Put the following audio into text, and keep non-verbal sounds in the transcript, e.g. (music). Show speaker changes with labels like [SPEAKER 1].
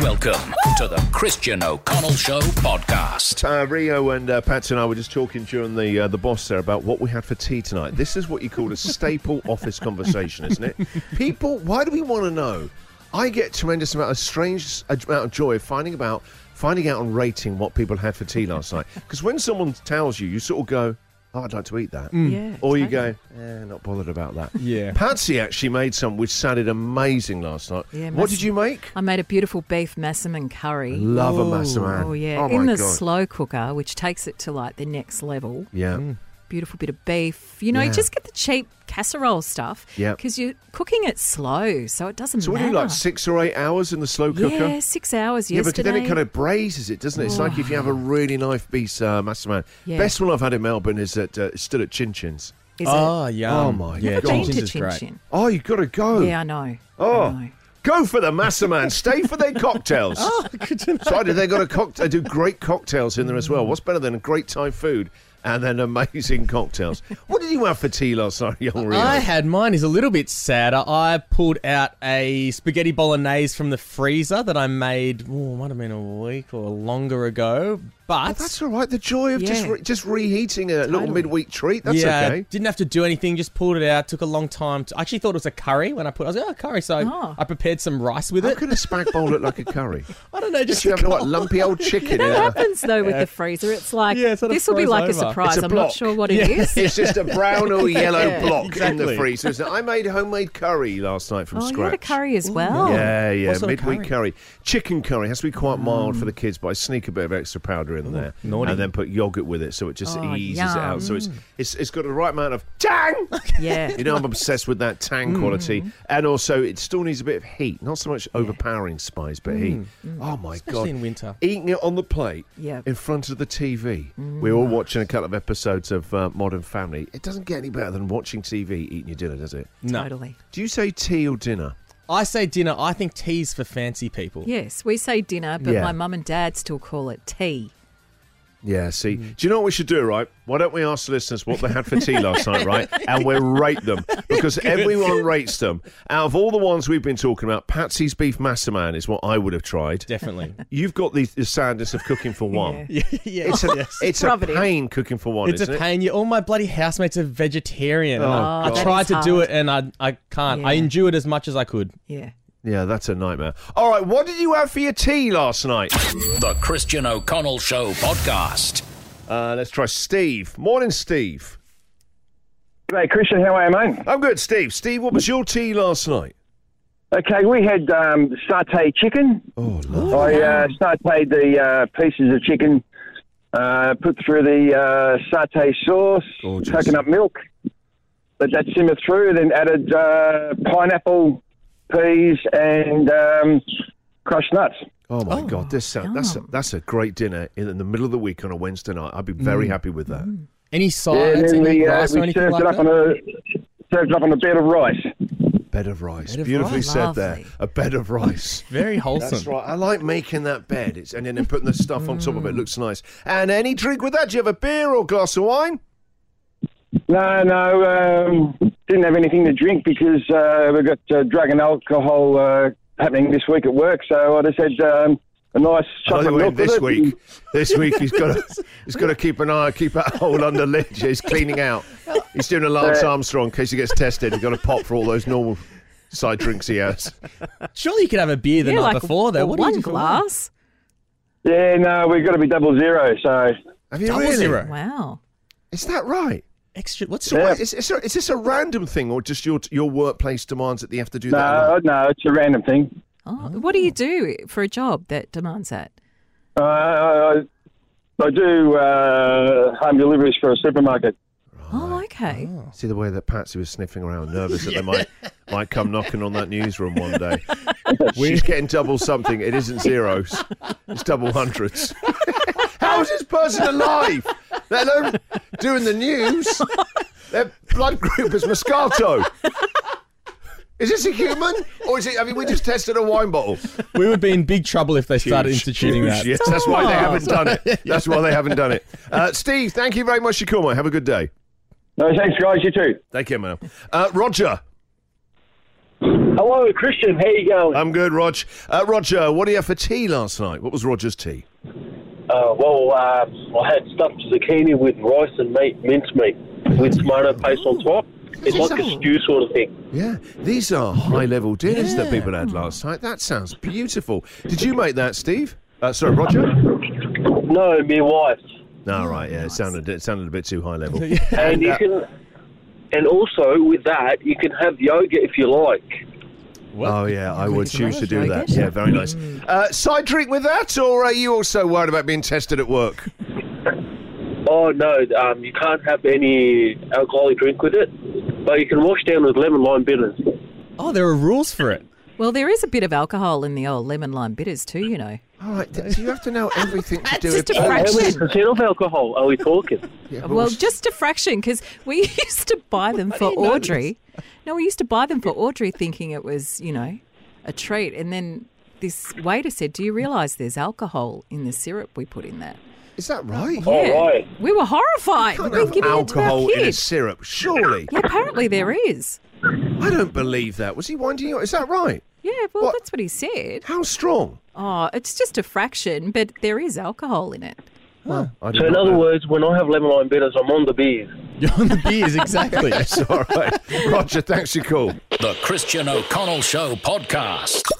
[SPEAKER 1] Welcome to the Christian O'Connell Show podcast.
[SPEAKER 2] Uh, Rio and uh, Pat and I were just talking during the uh, the boss there about what we had for tea tonight. This is what you call a staple office conversation, isn't it? People, why do we want to know? I get tremendous amount of strange uh, amount of joy finding about finding out and rating what people had for tea last night. Because when someone tells you, you sort of go, "Oh, I'd like to eat that,"
[SPEAKER 3] Yeah,
[SPEAKER 2] or you go, eh, "Not bothered about that."
[SPEAKER 4] Yeah.
[SPEAKER 2] Patsy actually made some which sounded amazing last night.
[SPEAKER 3] Yeah,
[SPEAKER 2] what
[SPEAKER 3] must-
[SPEAKER 2] did you make?
[SPEAKER 3] I made a beautiful beef massaman curry.
[SPEAKER 2] Love a massa man.
[SPEAKER 3] Oh yeah,
[SPEAKER 2] Oh my
[SPEAKER 3] in the
[SPEAKER 2] god.
[SPEAKER 3] slow cooker, which takes it to like the next level.
[SPEAKER 2] yeah.
[SPEAKER 3] Beautiful bit of beef. You know,
[SPEAKER 2] Yeah.
[SPEAKER 3] you just get the cheap casserole stuff.
[SPEAKER 2] Yep.
[SPEAKER 3] because you're cooking it slow, so it doesn't
[SPEAKER 2] So what do
[SPEAKER 3] matter.
[SPEAKER 2] you like six or eight hours in the slow cooker?
[SPEAKER 3] Yeah, six hours
[SPEAKER 2] Yeah, but
[SPEAKER 3] yesterday. Oh.
[SPEAKER 2] then it kind of braises it, doesn't it? It's like if you have a really nice piece, uh, massaman.
[SPEAKER 3] Yeah.
[SPEAKER 2] Best one I've had in Melbourne is at uh, it's still at Chin Chin's.
[SPEAKER 3] Is
[SPEAKER 4] Oh,
[SPEAKER 3] it?
[SPEAKER 4] yeah.
[SPEAKER 2] Oh, my
[SPEAKER 4] yeah,
[SPEAKER 2] God.
[SPEAKER 3] Been
[SPEAKER 4] Chin
[SPEAKER 3] to
[SPEAKER 4] Chin's is
[SPEAKER 3] Chin
[SPEAKER 4] great.
[SPEAKER 3] Chin.
[SPEAKER 2] Oh, you got to go.
[SPEAKER 3] Yeah, I know.
[SPEAKER 2] Oh.
[SPEAKER 3] I know.
[SPEAKER 2] Go for the massaman. Stay for their
[SPEAKER 3] (laughs)
[SPEAKER 2] cocktails.
[SPEAKER 3] Oh,
[SPEAKER 2] so they got a cock- They do great cocktails in there as well. What's better than a great Thai food and then amazing cocktails? what did you have for tea last night, young Rio?
[SPEAKER 4] I had mine is a little bit sadder. I pulled out a spaghetti bolognese from the freezer that I made. Oh, it might have been a week or longer ago, but
[SPEAKER 2] Oh, That's all right. The joy of just
[SPEAKER 3] Yeah.
[SPEAKER 2] re- just reheating a little midweek treat. That's
[SPEAKER 4] yeah,
[SPEAKER 2] okay.
[SPEAKER 4] didn't have to do anything. Just pulled it out. Took a long time. To, I actually thought it was a curry when I put. I was like, oh, curry. So
[SPEAKER 3] Oh.
[SPEAKER 4] I prepared some rice with
[SPEAKER 2] How
[SPEAKER 4] it.
[SPEAKER 2] could a spag bowl look like a
[SPEAKER 3] (laughs)
[SPEAKER 2] curry?
[SPEAKER 4] I don't know.
[SPEAKER 2] Just
[SPEAKER 4] Just
[SPEAKER 2] you have like lumpy old chicken in it.
[SPEAKER 3] happens though with the freezer. It's like
[SPEAKER 4] Yeah, it sort of
[SPEAKER 3] this will be
[SPEAKER 4] froze
[SPEAKER 3] like a
[SPEAKER 4] over.
[SPEAKER 3] surprise.
[SPEAKER 2] It's a
[SPEAKER 3] I'm not
[SPEAKER 2] block.
[SPEAKER 3] sure what it
[SPEAKER 2] (laughs)
[SPEAKER 3] is.
[SPEAKER 2] It's just a brown
[SPEAKER 3] (laughs)
[SPEAKER 2] or yellow
[SPEAKER 3] Yeah,
[SPEAKER 2] block in the
[SPEAKER 4] exactly.
[SPEAKER 2] freezer. isn't it? I made homemade curry last night from
[SPEAKER 3] Oh, you
[SPEAKER 2] scratch.
[SPEAKER 3] had a curry as well.
[SPEAKER 2] Yeah, yeah,
[SPEAKER 4] What sort of
[SPEAKER 2] midweek curry? Chicken curry has to be quite mild
[SPEAKER 3] Mm.
[SPEAKER 2] for the kids, but I sneak a bit of extra powder in there,
[SPEAKER 4] naughty.
[SPEAKER 2] and then put yogurt with it, so it just
[SPEAKER 3] Oh,
[SPEAKER 2] eases it
[SPEAKER 3] yum.
[SPEAKER 2] out. So it's, it's it's got the right amount of
[SPEAKER 3] (laughs)
[SPEAKER 2] tang.
[SPEAKER 4] (laughs)
[SPEAKER 3] Yeah.
[SPEAKER 2] you know, I'm obsessed with that tang
[SPEAKER 4] Mm.
[SPEAKER 2] quality, and also it still needs a bit of heat, not so much overpowering spice, but heat. Oh my god!
[SPEAKER 4] Mm. in winter.
[SPEAKER 2] eating it on the plate
[SPEAKER 3] Yeah.
[SPEAKER 2] in front of the TV.
[SPEAKER 4] Mm.
[SPEAKER 2] We were all watching a couple of episodes of uh, Modern Family. It doesn't get any better than watching TV eating your dinner, does it?
[SPEAKER 4] No.
[SPEAKER 3] Totally.
[SPEAKER 2] Do you say tea or dinner?
[SPEAKER 4] I say dinner. I think tea's for fancy people.
[SPEAKER 3] Yes, we say dinner, but
[SPEAKER 2] Yeah.
[SPEAKER 3] my mum and dad still call it tea.
[SPEAKER 2] Yeah, see,
[SPEAKER 4] Mm.
[SPEAKER 2] do you know what we should do, right? Why don't we ask the listeners what they had for tea last night,
[SPEAKER 4] (laughs)
[SPEAKER 2] right? And we'll rate them because everyone rates them. Out of all the ones we've been talking about, Patsy's Beef Massaman is what I would have tried.
[SPEAKER 3] (laughs)
[SPEAKER 4] Definitely. (laughs)
[SPEAKER 2] You've got the, the sadness of cooking for one.
[SPEAKER 4] yeah. yeah. (laughs)
[SPEAKER 2] It's a,
[SPEAKER 3] Oh.
[SPEAKER 2] it's a
[SPEAKER 3] Rub it in.
[SPEAKER 2] pain cooking for one,
[SPEAKER 4] It's
[SPEAKER 2] isn't
[SPEAKER 4] a
[SPEAKER 2] it?
[SPEAKER 4] pain. You, all my bloody housemates are vegetarian. and I,
[SPEAKER 3] Oh,
[SPEAKER 4] I
[SPEAKER 3] that
[SPEAKER 4] tried
[SPEAKER 3] is
[SPEAKER 4] to do
[SPEAKER 3] hard.
[SPEAKER 4] it and I, I can't. I
[SPEAKER 3] Yeah.
[SPEAKER 4] endured as much as I could.
[SPEAKER 3] Yeah.
[SPEAKER 2] Yeah, that's a nightmare. All right, what did you have for your tea last night?
[SPEAKER 1] The Christian O'Connell Show podcast.
[SPEAKER 2] Uh, let's try Steve. Morning, Steve.
[SPEAKER 5] Hey Christian, how are you, mate?
[SPEAKER 2] I'm good, Steve. Steve, what was your tea last night?
[SPEAKER 5] Okay, we had um, satay chicken.
[SPEAKER 2] Oh, love.
[SPEAKER 5] I uh, sauteed the uh, pieces of chicken, uh, put through the uh, satay sauce,
[SPEAKER 2] Gorgeous.
[SPEAKER 5] coconut milk, let that simmer through, then added uh, pineapple, peas, and um, crushed nuts.
[SPEAKER 2] Oh my God, this sound, that's a,
[SPEAKER 3] yum.
[SPEAKER 2] that's a great dinner in, in the middle of the week on a Wednesday night. I'd be
[SPEAKER 4] Mm.
[SPEAKER 2] very happy with that.
[SPEAKER 4] Any
[SPEAKER 5] and
[SPEAKER 4] sides,
[SPEAKER 5] then
[SPEAKER 4] any
[SPEAKER 5] we, uh,
[SPEAKER 4] rice or
[SPEAKER 5] we
[SPEAKER 4] anything
[SPEAKER 5] served
[SPEAKER 4] like
[SPEAKER 5] it up
[SPEAKER 4] that?
[SPEAKER 5] on a served it up on a bed of rice.
[SPEAKER 2] Bed of rice,
[SPEAKER 4] Bed of
[SPEAKER 2] beautifully
[SPEAKER 4] rice.
[SPEAKER 2] said there.
[SPEAKER 3] Lovely.
[SPEAKER 2] A bed of
[SPEAKER 4] (laughs)
[SPEAKER 2] rice.
[SPEAKER 4] Very wholesome.
[SPEAKER 2] That's right. I like making that bed. It's and then putting the stuff on top of
[SPEAKER 4] Mm.
[SPEAKER 2] it looks nice. And any drink with that? Do you have a beer or a glass of wine?
[SPEAKER 5] No, no, um, didn't have anything to drink because uh, we've got uh, drug and alcohol uh, happening this week at work. So I just had um, a nice
[SPEAKER 2] By the
[SPEAKER 5] chocolate
[SPEAKER 2] way,
[SPEAKER 5] milk with
[SPEAKER 2] this
[SPEAKER 5] it.
[SPEAKER 2] week, this week he's got
[SPEAKER 5] (laughs)
[SPEAKER 2] to, he's got to keep an eye, keep that hole under lid. He's cleaning out. He's doing a
[SPEAKER 5] Uh,
[SPEAKER 2] Lance Armstrong in case he gets tested. He's got to pop for all those normal side drinks he has.
[SPEAKER 4] Surely you could have a beer the
[SPEAKER 3] yeah,
[SPEAKER 4] night
[SPEAKER 3] like
[SPEAKER 4] before, though.
[SPEAKER 3] or
[SPEAKER 4] What do you
[SPEAKER 3] one
[SPEAKER 4] do for
[SPEAKER 3] glass.
[SPEAKER 5] Yeah, no, we've got to be double zero. So
[SPEAKER 2] Have you
[SPEAKER 4] Double
[SPEAKER 2] really?
[SPEAKER 4] zero.
[SPEAKER 3] Wow.
[SPEAKER 2] Is that right?
[SPEAKER 4] Extra. What's
[SPEAKER 2] So
[SPEAKER 5] Yeah.
[SPEAKER 2] wait, is, is, there- is this a random thing, or just your your workplace demands that they have to do that?
[SPEAKER 5] no, no, it's a random thing.
[SPEAKER 3] Oh, What do you do for a job that demands that?
[SPEAKER 5] Uh, I do uh, home deliveries for a supermarket.
[SPEAKER 3] Oh, okay.
[SPEAKER 4] Ah.
[SPEAKER 2] See the way that Patsy was sniffing around, nervous that they might might come knocking on that newsroom one day. She's getting double something. It isn't zeros. It's double hundreds. (laughs) How is this person alive? Let alone doing the news. Their blood group is Moscato. Is this a human, or is it? I mean, we just tested a wine bottle.
[SPEAKER 4] We would be in big trouble if they started
[SPEAKER 2] Huge, (laughs)
[SPEAKER 4] instituting
[SPEAKER 2] huge,
[SPEAKER 4] that.
[SPEAKER 2] Yes, that's why they haven't done it. That's why they haven't done it. Uh, Steve, thank you very much for coming. Have a good day.
[SPEAKER 5] No, thanks, guys. You too.
[SPEAKER 2] Take care, man. Uh, Roger.
[SPEAKER 6] Hello, Christian. How you going?
[SPEAKER 2] I'm good, Rog. Uh, Roger, what do you have for tea last night? What was Roger's tea?
[SPEAKER 6] Uh, well, uh, I had stuffed zucchini with rice and meat, mincemeat, with tomato paste on top. It's like a stew sort of thing.
[SPEAKER 2] Yeah, these (laughs) are high level dinners that people had last night. That sounds beautiful. Did you make that, Steve? Uh, sorry, Roger?
[SPEAKER 6] No, my wife.
[SPEAKER 2] No, right, yeah, it sounded, it sounded a bit too high (laughs) level.
[SPEAKER 6] And you can, and also with that, you can have yoga if you like.
[SPEAKER 2] Oh, yeah, I would choose to do
[SPEAKER 3] Very
[SPEAKER 2] that.
[SPEAKER 3] good.
[SPEAKER 2] Yeah, very nice. Uh, side drink with that, or are you also worried about being tested at work?
[SPEAKER 6] Oh no, um, you can't have any alcoholic drink with it, but you can wash down with lemon lime bitters.
[SPEAKER 4] Oh, there are rules for it.
[SPEAKER 3] Well, there is a bit of alcohol in the old lemon lime bitters too, you know.
[SPEAKER 2] (laughs) All right, do you have to (laughs) know everything to do
[SPEAKER 3] Just
[SPEAKER 2] with
[SPEAKER 3] a
[SPEAKER 6] How many
[SPEAKER 3] fraction.
[SPEAKER 6] percent of alcohol are we talking?
[SPEAKER 2] Yeah, but
[SPEAKER 3] Well,
[SPEAKER 2] what's-
[SPEAKER 3] just a fraction because we (laughs) used to buy them for
[SPEAKER 4] didn't know
[SPEAKER 3] Audrey. No, we used to buy them for Audrey thinking it was, you know, a treat. And then this waiter said, Do you realise there's alcohol in the syrup we put in that?
[SPEAKER 2] Is that right?
[SPEAKER 6] Oh, right.
[SPEAKER 3] We were horrified.
[SPEAKER 2] Can't
[SPEAKER 3] We
[SPEAKER 2] have
[SPEAKER 3] giving it to
[SPEAKER 2] alcohol
[SPEAKER 3] our
[SPEAKER 2] in a
[SPEAKER 3] kid.
[SPEAKER 2] syrup, surely.
[SPEAKER 3] Yeah, apparently there is.
[SPEAKER 2] I don't believe that. Was he winding you up? Is that right?
[SPEAKER 3] Yeah, well,
[SPEAKER 2] What?
[SPEAKER 3] that's what he said.
[SPEAKER 2] How strong?
[SPEAKER 3] Oh, it's just a fraction, but there is alcohol in it.
[SPEAKER 2] Well, Oh, I did
[SPEAKER 6] So in
[SPEAKER 2] not
[SPEAKER 6] other
[SPEAKER 2] know.
[SPEAKER 6] words, when I have lemon lime bitters, I'm on the beer.
[SPEAKER 4] You're on the beers, exactly.
[SPEAKER 2] (laughs)
[SPEAKER 6] (laughs)
[SPEAKER 2] All right. Roger, thanks for your call.
[SPEAKER 1] The Christian O'Connell Show podcast.